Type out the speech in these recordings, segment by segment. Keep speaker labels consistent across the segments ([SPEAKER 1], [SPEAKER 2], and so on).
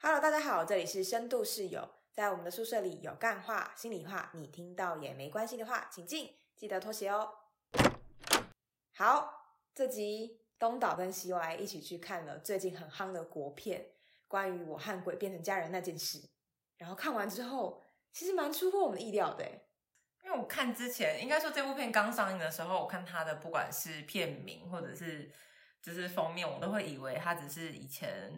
[SPEAKER 1] Hello，大家好，这里是深度室友，在我们的宿舍里有干话、心里话，你听到也没关系的话，请进，记得脱鞋哦。好，这集东岛跟西歪一起去看了最近很夯的国片，关于我和鬼变成家人那件事。然后看完之后，其实蛮出乎我们的意料的欸诶。
[SPEAKER 2] 因为我看之前，应该说这部片刚上映的时候，我看它的不管是片名或者是就是封面，我都会以为它只是以前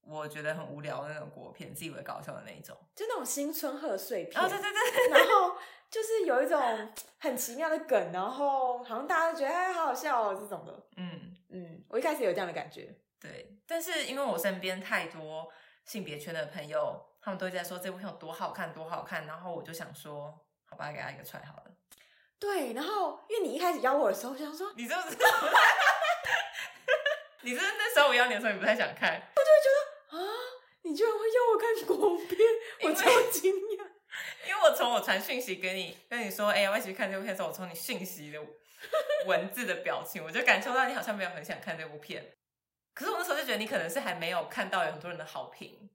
[SPEAKER 2] 我觉得很无聊的那种国片，自以为搞笑的那一种。
[SPEAKER 1] 就那种新春贺岁片，
[SPEAKER 2] 哦，对对对，
[SPEAKER 1] 然后就是有一种很奇妙的梗，然后好像大家都觉得哎，好好笑哦这种的。
[SPEAKER 2] 嗯，
[SPEAKER 1] 嗯，我一开始有这样的感觉，
[SPEAKER 2] 对。但是因为我身边太多性别圈的朋友，他们都在说这部片有多好看，多好看，然后我就想说，好吧，给他一个踹好了。
[SPEAKER 1] 对。然后因为你一开始邀我的时候，我想说，
[SPEAKER 2] 你就是 你是不是那时候我邀你的时候，你不太想看，
[SPEAKER 1] 啊，你居然会邀我看国片，
[SPEAKER 2] 因
[SPEAKER 1] 我
[SPEAKER 2] 为
[SPEAKER 1] 超惊讶。
[SPEAKER 2] 因为我从我传讯息给你，跟你说，哎、要不要一起去看这部片的时候，我从你讯息的文字的表情，我就感受到你好像没有很想看这部片。可是我那时候就觉得你可能是还没有看到有很多人的好评，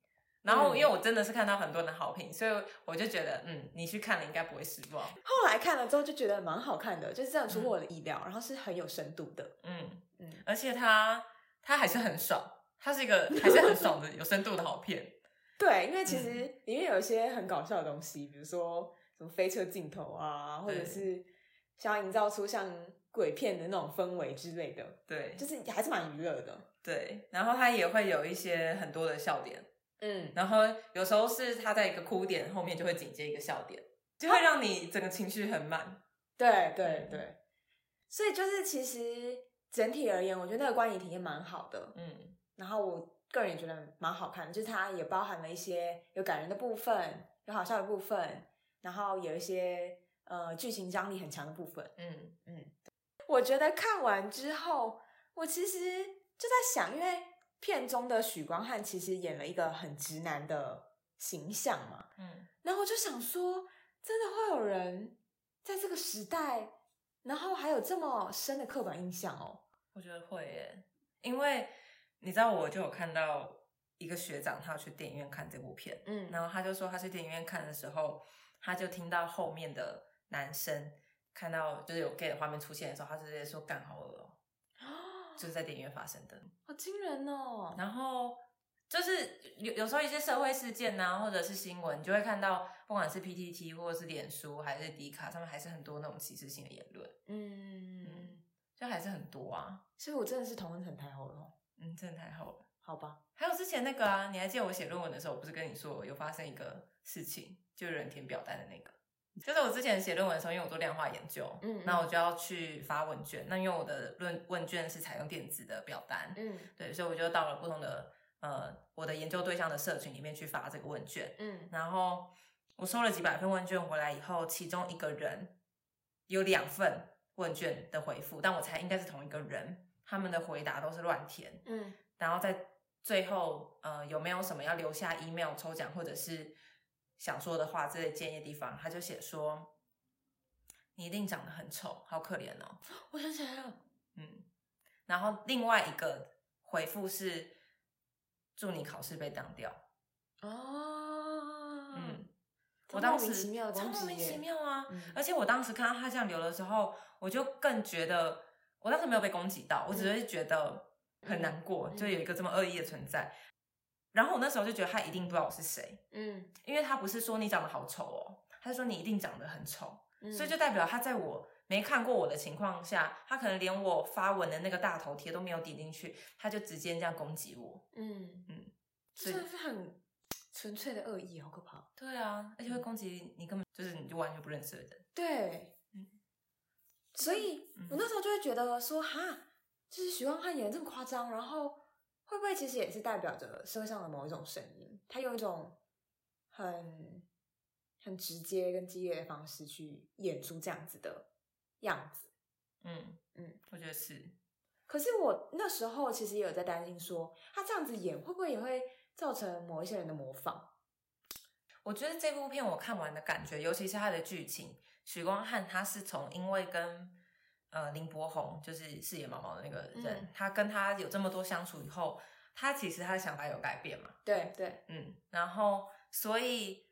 [SPEAKER 2] 然后
[SPEAKER 1] 嗯
[SPEAKER 2] 因为我真的是看到很多人的好评，所以我就觉得，嗯，你去看了应该不会失望。
[SPEAKER 1] 后来看了之后就觉得蛮好看的，就是这样出乎我的意料，然后是很有深度的。
[SPEAKER 2] 嗯
[SPEAKER 1] 嗯
[SPEAKER 2] 而且它它还是很爽，它是一个还是很爽的有深度的好片。
[SPEAKER 1] 对，因为其实
[SPEAKER 2] 嗯
[SPEAKER 1] 里面有一些很搞笑的东西，比如说什么飞车镜头啊，或者
[SPEAKER 2] 对
[SPEAKER 1] 是想要营造出像鬼片的那种氛围之类的，
[SPEAKER 2] 对
[SPEAKER 1] 就是还是蛮娱乐的。
[SPEAKER 2] 对，然后它也会有一些很多的笑点，
[SPEAKER 1] 嗯，
[SPEAKER 2] 然后有时候是他在一个哭点后面就会紧接一个笑点，就会让你整个情绪很满。
[SPEAKER 1] 对对对，所以就是其实整体而言，我觉得那个观影体验蛮好的。
[SPEAKER 2] 嗯，
[SPEAKER 1] 然后我个人也觉得蛮好看的，就是它也包含了一些有感人的部分，有好笑的部分，然后有一些呃剧情张力很强的部分。
[SPEAKER 2] 嗯，
[SPEAKER 1] 我觉得看完之后，我其实就在想，因为片中的许光汉其实演了一个很直男的形象嘛，
[SPEAKER 2] 嗯，
[SPEAKER 1] 然后我就想说，真的会有人在这个时代，然后还有这么深的刻板印象哦。
[SPEAKER 2] 我觉得会耶，因为你知道我就有看到一个学长，他有去电影院看这部片，
[SPEAKER 1] 嗯
[SPEAKER 2] 然后他就说他去电影院看的时候，他就听到后面的男生看到就是有 gay 的画面出现的时候，他就直接说干好恶哦，就是在电影院发生的。
[SPEAKER 1] 好惊人哦！
[SPEAKER 2] 然后就是有有时候一些社会事件呐、或者是新闻，你就会看到，不管是 PTT 或者是脸书还是迪卡上面，还是很多那种歧视性的言论，
[SPEAKER 1] 嗯，
[SPEAKER 2] 嗯，就还是很多啊，
[SPEAKER 1] 所以我真的是同温层太厚了哦，
[SPEAKER 2] 嗯，真的太好了。
[SPEAKER 1] 好吧？
[SPEAKER 2] 还有之前那个啊，你还记得我写论文的时候，我不是跟你说有发生一个事情，就有人填表单的那个。就是我之前写论文的时候，因为我做量化研究，
[SPEAKER 1] 嗯
[SPEAKER 2] 那我就要去发问卷。那因为我的论问卷是采用电子的表单，
[SPEAKER 1] 嗯
[SPEAKER 2] 对，所以我就到了不同的呃我的研究对象的社群里面去发这个问卷，
[SPEAKER 1] 嗯，
[SPEAKER 2] 然后我收了几百份问卷回来以后，其中一个人有两份问卷的回复，但我猜应该是同一个人，他们的回答都是乱填，
[SPEAKER 1] 嗯
[SPEAKER 2] 然后在最后呃有没有什么要留下 email 抽奖或者是想说的话之类建议的地方，他就写说你一定长得很丑，好可怜哦。
[SPEAKER 1] 我想起来了，
[SPEAKER 2] 嗯，然后另外一个回复是祝你考试被当掉。
[SPEAKER 1] 哦，
[SPEAKER 2] 嗯，
[SPEAKER 1] 这
[SPEAKER 2] 我当
[SPEAKER 1] 莫名
[SPEAKER 2] 时
[SPEAKER 1] 其妙的
[SPEAKER 2] 超
[SPEAKER 1] 攻
[SPEAKER 2] 莫
[SPEAKER 1] 击
[SPEAKER 2] 名
[SPEAKER 1] 耶
[SPEAKER 2] 其妙啊！
[SPEAKER 1] 嗯
[SPEAKER 2] 而且我当时看到他这样留的时候，我就更觉得，我当时没有被攻击到，我只是觉得很难过，
[SPEAKER 1] 嗯
[SPEAKER 2] 就有一个这么恶意的存在。然后我那时候就觉得他一定不知道我是谁，
[SPEAKER 1] 嗯，
[SPEAKER 2] 因为他不是说你长得好丑哦，他说你一定长得很丑。
[SPEAKER 1] 嗯
[SPEAKER 2] 所以就代表他在我没看过我的情况下，他可能连我发文的那个大头贴都没有点进去，他就直接这样攻击我。
[SPEAKER 1] 嗯嗯
[SPEAKER 2] 嗯，
[SPEAKER 1] 这真的是很纯粹的恶意，好可怕。
[SPEAKER 2] 对啊，而且会
[SPEAKER 1] 嗯
[SPEAKER 2] 攻击你根本就是你就完全不认识的人。
[SPEAKER 1] 对，
[SPEAKER 2] 嗯
[SPEAKER 1] 所以
[SPEAKER 2] 嗯
[SPEAKER 1] 我那时候就会觉得说，哈，就是许光汉演的这么夸张，然后会不会其实也是代表着社会上的某一种声音？他用一种很很直接跟激烈的方式去演出这样子的样子。
[SPEAKER 2] 嗯
[SPEAKER 1] 嗯
[SPEAKER 2] 嗯，我觉得是，
[SPEAKER 1] 可是我那时候其实也有在担心说他这样子演会不会也会造成某一些人的模仿？
[SPEAKER 2] 我觉得这部片我看完的感觉，尤其是它的剧情，许光汉他是从因为跟呃林柏宏就是饰演毛毛的那个人，
[SPEAKER 1] 嗯
[SPEAKER 2] 他跟他有这么多相处以后，他其实他的想法有改变嘛，
[SPEAKER 1] 对对，
[SPEAKER 2] 嗯，然后所以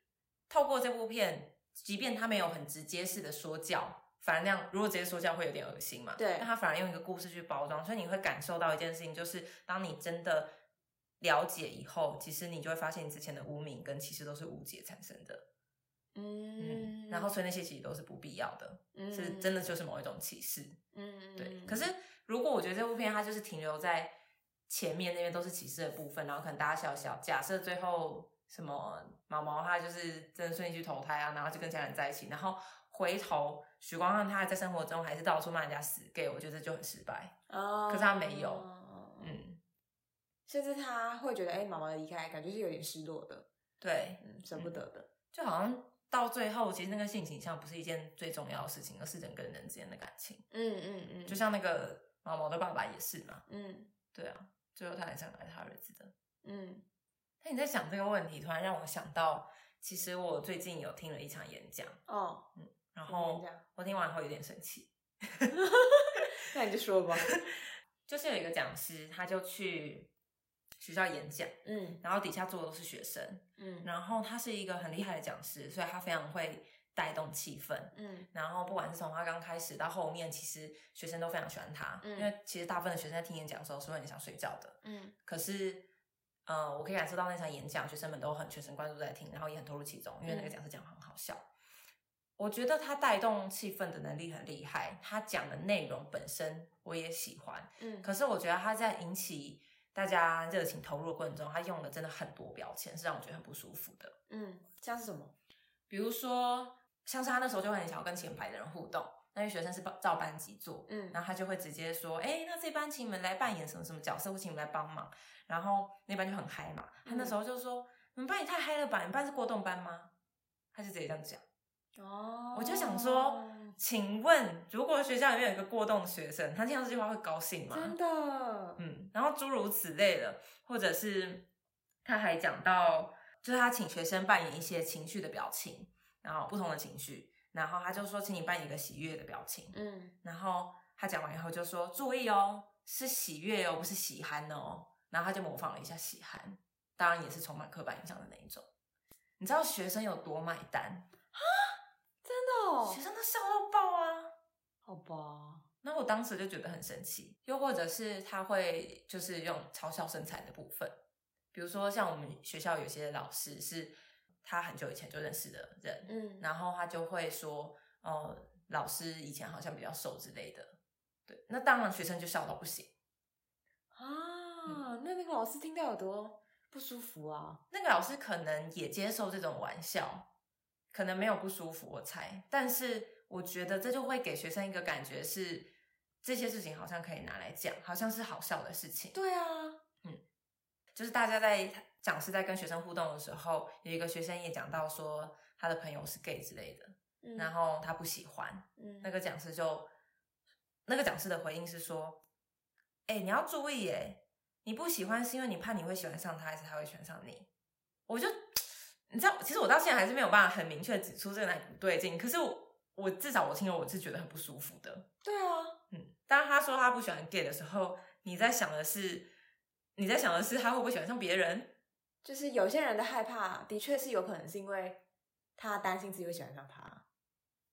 [SPEAKER 2] 透过这部片，即便他没有很直接式的说教，反而那样如果直接说教会有点恶心嘛，
[SPEAKER 1] 对
[SPEAKER 2] 但他反而用一个故事去包装，所以你会感受到一件事情，就是当你真的了解以后，其实你就会发现你之前的污名跟歧视都是误解产生的，
[SPEAKER 1] 嗯
[SPEAKER 2] 嗯，然后所以那些其实都是不必要的，是真的，就是某一种歧视，
[SPEAKER 1] 嗯，
[SPEAKER 2] 对
[SPEAKER 1] 嗯，
[SPEAKER 2] 可是如果我觉得这部片它就是停留在前面那边都是歧视的部分，然后可能大家笑笑。假设最后什么毛毛他就是真的顺利去投胎啊，然后就跟家人在一起，然后回头许光汉他在生活中还是到处骂人家死 gay，我觉得这就很失败。
[SPEAKER 1] 哦，
[SPEAKER 2] 可是他没有
[SPEAKER 1] 嗯，
[SPEAKER 2] 嗯，
[SPEAKER 1] 甚至他会觉得，哎，妈妈的离开感觉是有点失落的，
[SPEAKER 2] 对，
[SPEAKER 1] 嗯，舍不得的，
[SPEAKER 2] 就好像到最后，其实那个性倾向不是一件最重要的事情，而是人跟人之间的感情。
[SPEAKER 1] 嗯嗯嗯，
[SPEAKER 2] 就像那个毛毛的爸爸也是嘛，
[SPEAKER 1] 嗯
[SPEAKER 2] 对啊，最后他还是很爱他儿子的。
[SPEAKER 1] 嗯
[SPEAKER 2] 那你在想这个问题，突然让我想到，其实我最近有听了一场演讲，
[SPEAKER 1] 哦，演
[SPEAKER 2] 然后
[SPEAKER 1] 讲
[SPEAKER 2] 我听完后有点生气，
[SPEAKER 1] 那你就说 吧，
[SPEAKER 2] 就是有一个讲师，他就去学校演讲，
[SPEAKER 1] 嗯
[SPEAKER 2] 然后底下坐的都是学生，
[SPEAKER 1] 嗯
[SPEAKER 2] 然后他是一个很厉害的讲师，所以他非常会带动气氛。
[SPEAKER 1] 嗯
[SPEAKER 2] 然后不管是从他刚开始到后面，其实学生都非常喜欢他，
[SPEAKER 1] 嗯
[SPEAKER 2] 因为其实大部分的学生在听演讲的时候是会很想睡觉的，
[SPEAKER 1] 嗯
[SPEAKER 2] 可是，呃，我可以感受到那场演讲，学生们都很全神贯注在听，然后也很投入其中，因为那个
[SPEAKER 1] 嗯
[SPEAKER 2] 讲师讲得很好笑。我觉得他带动气氛的能力很厉害，他讲的内容本身我也喜欢，
[SPEAKER 1] 嗯，
[SPEAKER 2] 可是我觉得他在引起大家热情投入的过程中，他用了真的很多标签，是让我觉得很不舒服的。
[SPEAKER 1] 嗯，像是什么？
[SPEAKER 2] 比如说，像是他那时候就很想要跟前排的人互动，那些学生是照班级做，
[SPEAKER 1] 嗯
[SPEAKER 2] 然后他就会直接说：“哎、那这班请你们来扮演什么什么角色，或请你们来帮忙。”然后那班就很嗨嘛，他
[SPEAKER 1] 嗯
[SPEAKER 2] 那时候就说：“你们班也太嗨了吧？你们班是过动班吗？”他就直接这样讲。
[SPEAKER 1] 哦，
[SPEAKER 2] 我就想说，请问如果学校里面有一个过动的学生，他听到这句话会高兴吗？
[SPEAKER 1] 真的，
[SPEAKER 2] 嗯，然后诸如此类的，或者是他还讲到，就是他请学生扮演一些情绪的表情，然后不同的情绪，然后他就说，请你扮演一个喜悦的表情，
[SPEAKER 1] 嗯
[SPEAKER 2] 然后他讲完以后就说：“注意哦，是喜悦哦，不是喜憨哦。”然后他就模仿了一下喜憨，当然也是充满刻板印象的那一种。你知道学生有多买单？
[SPEAKER 1] 真的哦
[SPEAKER 2] 学生都笑到爆啊！
[SPEAKER 1] 好吧，
[SPEAKER 2] 那我当时就觉得很神奇。又或者是他会就是用嘲笑身材的部分，比如说像我们学校有些老师是他很久以前就认识的人，
[SPEAKER 1] 嗯，
[SPEAKER 2] 然后他就会说，哦，老师以前好像比较瘦之类的。对，那当然学生就笑到不行。
[SPEAKER 1] 啊，那那个老师听到有多不舒服啊？
[SPEAKER 2] 那个老师可能也接受这种玩笑，可能没有不舒服，我猜。但是我觉得这就会给学生一个感觉是，这些事情好像可以拿来讲，好像是好笑的事情。
[SPEAKER 1] 对啊，
[SPEAKER 2] 就是大家在讲师在跟学生互动的时候，有一个学生也讲到说他的朋友是 gay 之类的，
[SPEAKER 1] 嗯
[SPEAKER 2] 然后他不喜欢，
[SPEAKER 1] 嗯
[SPEAKER 2] 那个讲师就，那个讲师的回应是说：“哎、你要注意耶，你不喜欢是因为你怕你会喜欢上他，还是他会喜欢上你？”我就，你知道，其实我到现在还是没有办法很明确地指出这个哪里不对劲，可是我我至少我听了我是觉得很不舒服的。
[SPEAKER 1] 对啊，
[SPEAKER 2] 嗯，当他说他不喜欢 gay 的时候，你在想的是，你在想的是他会不会喜欢上别人？
[SPEAKER 1] 就是有些人的害怕的确是有可能是因为他担心自己会喜欢上他，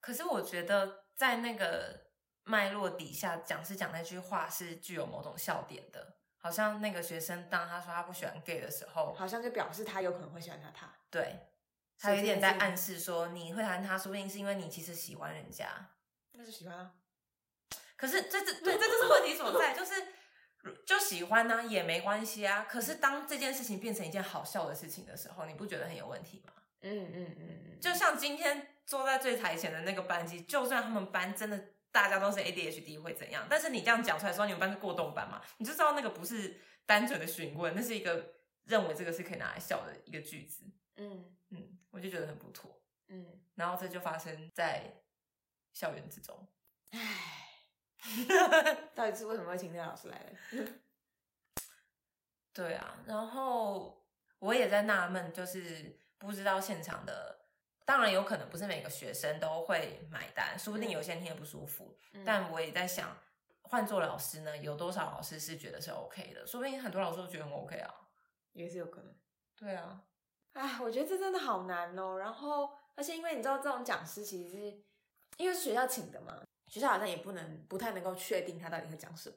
[SPEAKER 2] 可是我觉得在那个脉络底下，讲师讲那句话是具有某种笑点的，好像那个学生当他说他不喜欢 gay 的时候，
[SPEAKER 1] 好像就表示他有可能会喜欢上他。
[SPEAKER 2] 对
[SPEAKER 1] 所
[SPEAKER 2] 他
[SPEAKER 1] 以这
[SPEAKER 2] 有点
[SPEAKER 1] 件
[SPEAKER 2] 在
[SPEAKER 1] 事
[SPEAKER 2] 暗示说你会谈他，说不定是因为你其实喜欢人家。
[SPEAKER 1] 那就喜欢啊，
[SPEAKER 2] 可是这这对这就是问题所在，就是就喜欢呢、也没关系啊。可是当这件事情变成一件好笑的事情的时候，你不觉得很有问题吗？
[SPEAKER 1] 嗯嗯嗯嗯，
[SPEAKER 2] 就像今天坐在最台前的那个班级，就算他们班真的大家都是 ADHD 会怎样？但是你这样讲出来说你们班是过动班嘛，你就知道那个不是单纯的询问，那是一个认为这个是可以拿来笑的一个句子。
[SPEAKER 1] 嗯
[SPEAKER 2] 嗯，我就觉得很不妥。
[SPEAKER 1] 嗯，
[SPEAKER 2] 然后这就发生在校园之中，
[SPEAKER 1] 嗯唉，到底是为什么会请那个老师来的？
[SPEAKER 2] 对啊。然后我也在纳闷，就是不知道现场的。当然有可能不是每个学生都会买单，说不定有些人听得不舒服，
[SPEAKER 1] 嗯
[SPEAKER 2] 但我也在想，换做老师呢，有多少老师是觉得是 OK 的？说不定很多老师都觉得很 OK 啊。
[SPEAKER 1] 也是有可能。
[SPEAKER 2] 对啊，
[SPEAKER 1] 哎，我觉得这真的好难哦。然后，而且因为你知道，这种讲师其实是因为是学校请的嘛，学校好像也不能不太能够确定他到底会讲什么。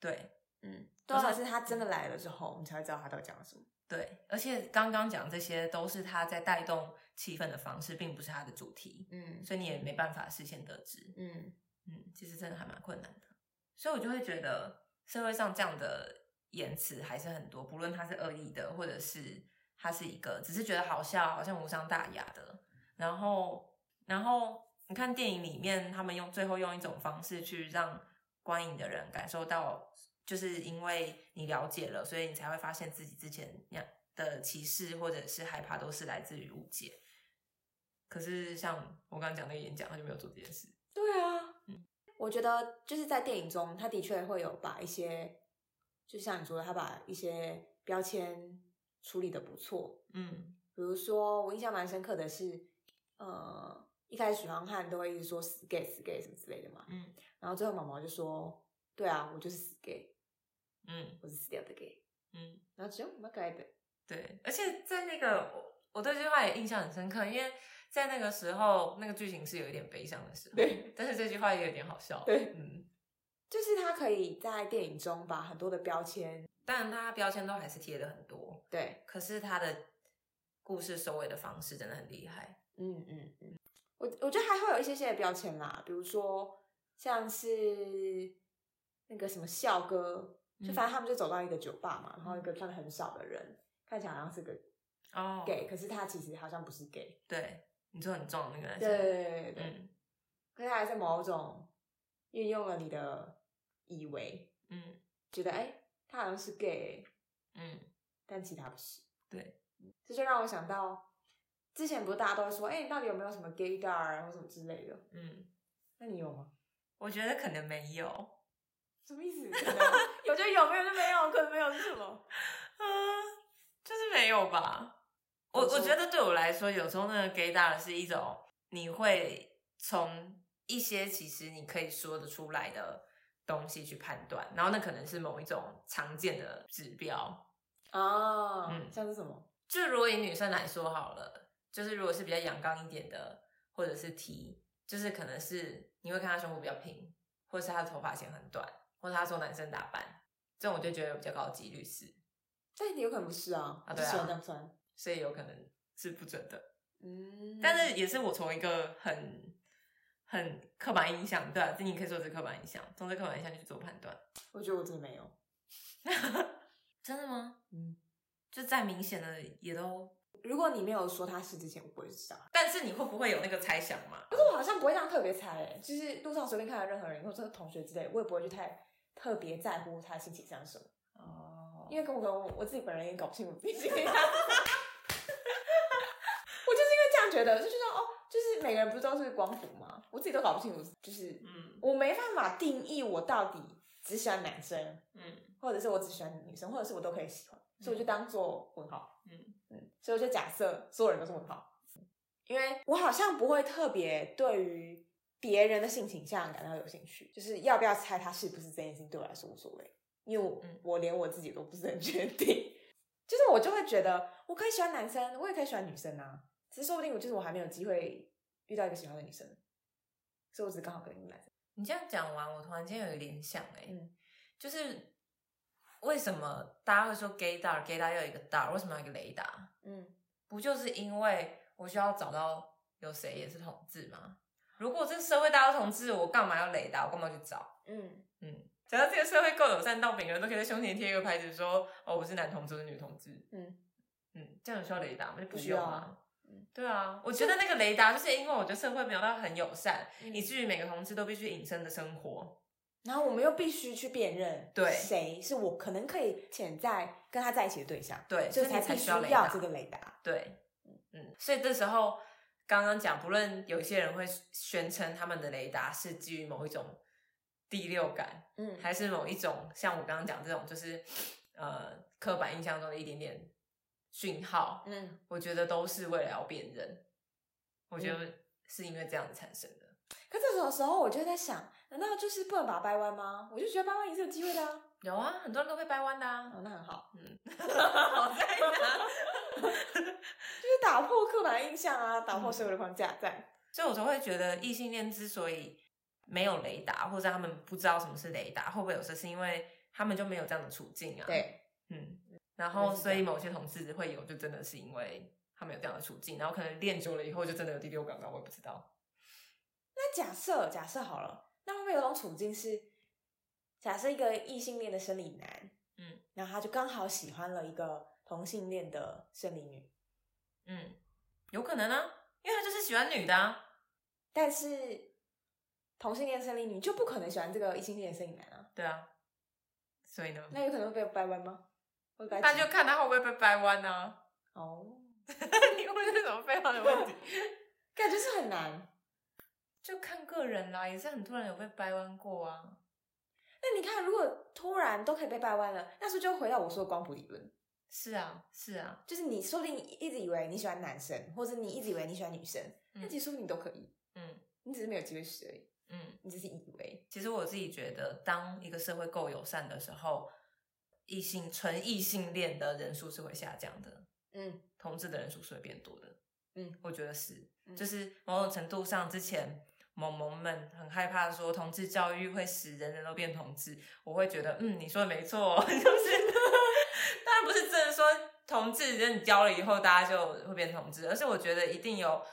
[SPEAKER 2] 对
[SPEAKER 1] 嗯，
[SPEAKER 2] 对
[SPEAKER 1] 多
[SPEAKER 2] 啊
[SPEAKER 1] 少是他真的来了之后，你才会知道他到底讲了什么。
[SPEAKER 2] 对，而且刚刚讲这些都是他在带动气氛的方式，并不是他的主题，
[SPEAKER 1] 嗯
[SPEAKER 2] 所以你也没办法事先得知。
[SPEAKER 1] 嗯，
[SPEAKER 2] 嗯，其实真的还蛮困难的。所以我就会觉得社会上这样的言辞还是很多，不论他是恶意的，或者是他是一个只是觉得好笑，好像无伤大雅的。然后，然后你看电影里面，他们用最后用一种方式去让观影的人感受到，就是因为你了解了，所以你才会发现自己之前那样的歧视或者是害怕都是来自于误解。可是像我刚刚讲那个演讲，他就没有做这件事。
[SPEAKER 1] 对啊，我觉得就是在电影中，他的确会有把一些，就像你说的，他把一些标签处理的不错。
[SPEAKER 2] 嗯，
[SPEAKER 1] 比如说，我印象蛮深刻的是，呃，一开始许光汉都会一直说死 gay 死 gay 什么之类的嘛，
[SPEAKER 2] 嗯
[SPEAKER 1] 然后最后毛毛就说，对啊，我就是死 gay，
[SPEAKER 2] 嗯
[SPEAKER 1] 我是死掉的 gay，
[SPEAKER 2] 嗯，
[SPEAKER 1] 然后只有我们改的，
[SPEAKER 2] 对，而且在那个我我对这句话也印象很深刻，因为在那个时候那个剧情是有一点悲伤的时候，
[SPEAKER 1] 对，
[SPEAKER 2] 但是这句话也有点好笑，
[SPEAKER 1] 对
[SPEAKER 2] 嗯，
[SPEAKER 1] 就是他可以在电影中把很多的标签，
[SPEAKER 2] 当然他标签都还是贴的很多，
[SPEAKER 1] 对，
[SPEAKER 2] 可是他的故事收尾的方式真的很厉害，
[SPEAKER 1] 嗯嗯嗯，我我觉得还会有一些些的标签啦，比如说像是那个什么校歌，就
[SPEAKER 2] 嗯
[SPEAKER 1] 反正他们就走到一个酒吧嘛，然后一个穿的很少的人，看起来好像是个
[SPEAKER 2] 哦
[SPEAKER 1] gay，可是他其实好像不是 gay，
[SPEAKER 2] 对，你说很重的那个男
[SPEAKER 1] 对
[SPEAKER 2] 生，
[SPEAKER 1] 对对对对，
[SPEAKER 2] 嗯
[SPEAKER 1] 可是他还是某种运用了你的以为，
[SPEAKER 2] 嗯
[SPEAKER 1] 觉得哎、他好像是 gay，
[SPEAKER 2] 嗯，
[SPEAKER 1] 但其他不是。
[SPEAKER 2] 对
[SPEAKER 1] 嗯，这就让我想到，之前不是大家都会说，哎、你到底有没有什么 gaydar 啊或什么之类的？
[SPEAKER 2] 嗯，
[SPEAKER 1] 那你有吗？
[SPEAKER 2] 我觉得可能没有，
[SPEAKER 1] 什么意 思？可能有就有，没有就没有，可能没有是什么？
[SPEAKER 2] 嗯，就是没有吧。我
[SPEAKER 1] 有时候
[SPEAKER 2] 我觉得对我来说，有时候那个 gay 大的是一种，你会从一些其实你可以说得出来的东西去判断，然后那可能是某一种常见的指标。
[SPEAKER 1] 啊，
[SPEAKER 2] 嗯
[SPEAKER 1] 像是什么？
[SPEAKER 2] 就如果以女生来说好了，就是如果是比较阳刚一点的，或者是 T，就是可能是你会看她胸部比较平，或者是她的头发剪很短，或者她受男生打扮，这种我就觉得有比较高的几率是，
[SPEAKER 1] 但你有可能不是啊，
[SPEAKER 2] 啊
[SPEAKER 1] 我就
[SPEAKER 2] 对啊
[SPEAKER 1] 喜欢这样穿。
[SPEAKER 2] 所以有可能是不准的。
[SPEAKER 1] 嗯，
[SPEAKER 2] 但是也是我从一个很很刻板印象，对啊，这你可以说是刻板印象，从这刻板印象去做判断。
[SPEAKER 1] 我觉得我真的没有。
[SPEAKER 2] 真的吗？
[SPEAKER 1] 嗯，
[SPEAKER 2] 就再明显的也都，
[SPEAKER 1] 如果你没有说他是之前，我不会知道。
[SPEAKER 2] 但是你会不会有那个猜想嘛？
[SPEAKER 1] 可是我好像不会这样特别猜、欸，就是路上随便看到任何人，或者是同学之类，我也不会去太特别在乎他心情像什么，
[SPEAKER 2] 哦，
[SPEAKER 1] 因为跟我跟我我自己本人也搞不清楚自己心情 像什么。我就是因为这样觉得，就觉得哦，就是每个人不是都是光谱吗？我自己都搞不清楚，就是
[SPEAKER 2] 嗯
[SPEAKER 1] 我没办法定义我到底只喜欢男生，
[SPEAKER 2] 嗯
[SPEAKER 1] 或者是我只喜欢女生，或者是我都可以喜欢，所以我就当做混号。
[SPEAKER 2] 嗯
[SPEAKER 1] 嗯，所以我就假设所有人都是混号，因为我好像不会特别对于别人的性倾向感到有兴趣，就是要不要猜他是不是这件事情对我来说无所谓，因为我、
[SPEAKER 2] 嗯
[SPEAKER 1] 我连我自己都不是很确定，就是我就会觉得我可以喜欢男生，我也可以喜欢女生啊，只是说不定我就是我还没有机会遇到一个喜欢的女生，所以我只是刚好跟你男生。
[SPEAKER 2] 你这样讲完，我突然间有一个联想哎、
[SPEAKER 1] 嗯
[SPEAKER 2] 就是为什么大家会说 gay 大 gay 大要有一个大，为什么要有一个雷达？
[SPEAKER 1] 嗯。
[SPEAKER 2] 不就是因为我需要找到有谁也是同志吗？如果这社会大家都同志，我干嘛要雷达？我干嘛去找？
[SPEAKER 1] 嗯
[SPEAKER 2] 嗯，只要这个社会够友善到每个人都可以在胸前贴一个牌子说，哦，我是男同志，我是女同志。
[SPEAKER 1] 嗯
[SPEAKER 2] 嗯，这样有需要雷达吗？就不
[SPEAKER 1] 不
[SPEAKER 2] 需要
[SPEAKER 1] 需要
[SPEAKER 2] 啊。
[SPEAKER 1] 嗯
[SPEAKER 2] 对啊，我觉得那个雷达就是因为我觉得社会没有到很友善，
[SPEAKER 1] 嗯
[SPEAKER 2] 以至于每个同志都必须隐身的生活。
[SPEAKER 1] 然后我们又必须去辨认，
[SPEAKER 2] 对
[SPEAKER 1] 谁是我可能可以潜在跟他在一起的对象，
[SPEAKER 2] 对
[SPEAKER 1] 所以
[SPEAKER 2] 所以你
[SPEAKER 1] 才
[SPEAKER 2] 才
[SPEAKER 1] 必
[SPEAKER 2] 需
[SPEAKER 1] 须
[SPEAKER 2] 要雷达
[SPEAKER 1] 要这个雷达。
[SPEAKER 2] 对，嗯，所以这时候刚刚讲，不论有一些人会宣称他们的雷达是基于某一种第六感，
[SPEAKER 1] 嗯
[SPEAKER 2] 还是某一种像我刚刚讲这种，就是呃刻板印象中的一点点讯号，
[SPEAKER 1] 嗯，
[SPEAKER 2] 嗯我觉得都是为了要辨认，我觉得是因为这样子产生的。
[SPEAKER 1] 可这种时候我就会在想，难道就是不能把它掰弯吗？我就觉得掰弯也是有机会的啊。
[SPEAKER 2] 有啊，很多人都会掰弯的啊。
[SPEAKER 1] 哦，那很 好，
[SPEAKER 2] 好在 哪？
[SPEAKER 1] 就是打破刻板印象啊，打破所有的框架，在。
[SPEAKER 2] 所以我就会觉得异性恋之所以没有雷达，或者他们不知道什么是雷达，会不会有时是因为他们就没有这样的处境啊？，
[SPEAKER 1] 对，
[SPEAKER 2] 嗯，然
[SPEAKER 1] 我
[SPEAKER 2] 后
[SPEAKER 1] 也是
[SPEAKER 2] 所
[SPEAKER 1] 这样
[SPEAKER 2] 以某些同志会有，就真的是因为他们有这样的处境，然后可能练久了以后就真的有第六感吧，我也不知道。
[SPEAKER 1] 那假设假设好了，那会不会有种处境是，假设一个异性恋的生理男，
[SPEAKER 2] 嗯，
[SPEAKER 1] 然后他就刚好喜欢了一个同性恋的生理女，
[SPEAKER 2] 嗯，有可能啊，因为他就是喜欢女的啊。
[SPEAKER 1] 但是同性恋生理女就不可能喜欢这个异性恋的生理男啊，
[SPEAKER 2] 对啊，所以呢，
[SPEAKER 1] 那有可能会被掰弯吗？会掰
[SPEAKER 2] 那
[SPEAKER 1] 直
[SPEAKER 2] 就看他会不会被掰弯啊。
[SPEAKER 1] 哦，
[SPEAKER 2] 你问这种废话的问题，
[SPEAKER 1] 感觉是很难。
[SPEAKER 2] 就看个人啦，也是很多人有被掰弯过啊。
[SPEAKER 1] 那你看，如果突然都可以被掰弯了，那是不是就回到我说的光谱理论？
[SPEAKER 2] 是啊，是啊，
[SPEAKER 1] 就是你说不定一直以为你喜欢男生，或者你一直以为你喜欢女生，
[SPEAKER 2] 嗯
[SPEAKER 1] 那其实说不定你都可以，
[SPEAKER 2] 嗯
[SPEAKER 1] 你只是没有机会试而已，
[SPEAKER 2] 嗯。
[SPEAKER 1] 你只是以为。
[SPEAKER 2] 其实我自己觉得，当一个社会够友善的时候，异性纯异性恋的人数是会下降的。
[SPEAKER 1] 嗯
[SPEAKER 2] 同志的人数是会变多的。
[SPEAKER 1] 嗯，
[SPEAKER 2] 我觉得是，
[SPEAKER 1] 嗯
[SPEAKER 2] 就是某种程度上，之前萌萌们很害怕说同志教育会使人人都变同志，我会觉得，嗯，你说的没错， 就是当然不是真的说同志人你教了以后大家就会变同志，而是我觉得一定有。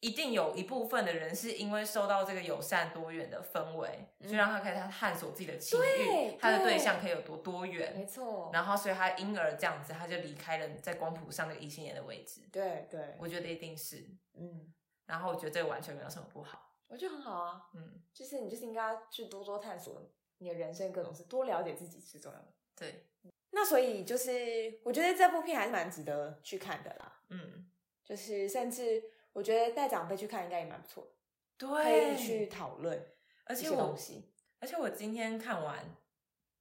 [SPEAKER 2] 一定有一部分的人是因为受到这个友善多元的氛围，
[SPEAKER 1] 嗯
[SPEAKER 2] 所以让他可以探索自己的情
[SPEAKER 1] 对
[SPEAKER 2] 欲，他的对
[SPEAKER 1] 对
[SPEAKER 2] 象可以有多多元，
[SPEAKER 1] 没错，
[SPEAKER 2] 然后所以他因而这样子，他就离开了在光谱上的异性恋的位置。
[SPEAKER 1] 对对，
[SPEAKER 2] 我觉得一定是，
[SPEAKER 1] 嗯，
[SPEAKER 2] 然后我觉得这个完全没有什么不好。
[SPEAKER 1] 我觉得很好啊，
[SPEAKER 2] 嗯，
[SPEAKER 1] 就是你就是应该要去多多探索你的人生各种事，多了解自己是重要的。
[SPEAKER 2] 对，
[SPEAKER 1] 那所以就是，我觉得这部片还是蛮值得去看的啦，
[SPEAKER 2] 嗯，
[SPEAKER 1] 就是甚至我觉得带长辈去看应该也蛮不错，可以去
[SPEAKER 2] 对，
[SPEAKER 1] 讨论
[SPEAKER 2] 而
[SPEAKER 1] 一
[SPEAKER 2] 且
[SPEAKER 1] 些
[SPEAKER 2] 我
[SPEAKER 1] 东西。
[SPEAKER 2] 而且我今天看完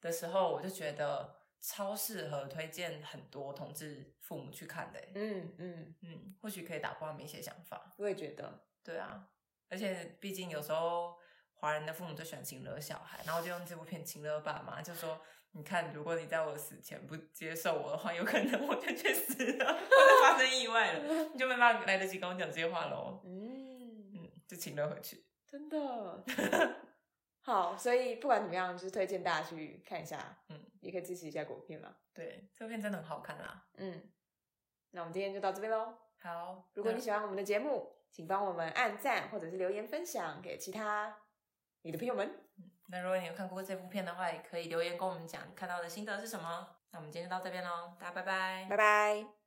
[SPEAKER 2] 的时候，我就觉得超适合推荐很多同志父母去看的欸。
[SPEAKER 1] 嗯嗯，
[SPEAKER 2] 嗯，或许可以打破他们一些想法。
[SPEAKER 1] 我也觉得，
[SPEAKER 2] 对啊，而且毕竟有时候华人的父母最喜欢请了小孩，然后就用这部片请了爸妈，就说你看，如果你在我死前不接受我的话，有可能我就去死 了，或者发生意外了， 你就没办法来得及跟我讲这些话喽。
[SPEAKER 1] 嗯，
[SPEAKER 2] 嗯，就请了回去。
[SPEAKER 1] 真的。 好，所以不管怎么样，就是推荐大家去看一下，
[SPEAKER 2] 嗯，
[SPEAKER 1] 也可以支持一下国片嘛。
[SPEAKER 2] 对，这部片真的很好看啦。
[SPEAKER 1] 嗯，那我们今天就到这边喽。
[SPEAKER 2] 好，
[SPEAKER 1] 如果你
[SPEAKER 2] 那
[SPEAKER 1] 喜欢我们的节目，请帮我们按赞或者是留言分享给其他你的朋友们。
[SPEAKER 2] 那如果你有看过这部片的话，也可以留言跟我们讲你看到的心得是什么。那我们今天就到这边喽，大家拜拜
[SPEAKER 1] 拜拜。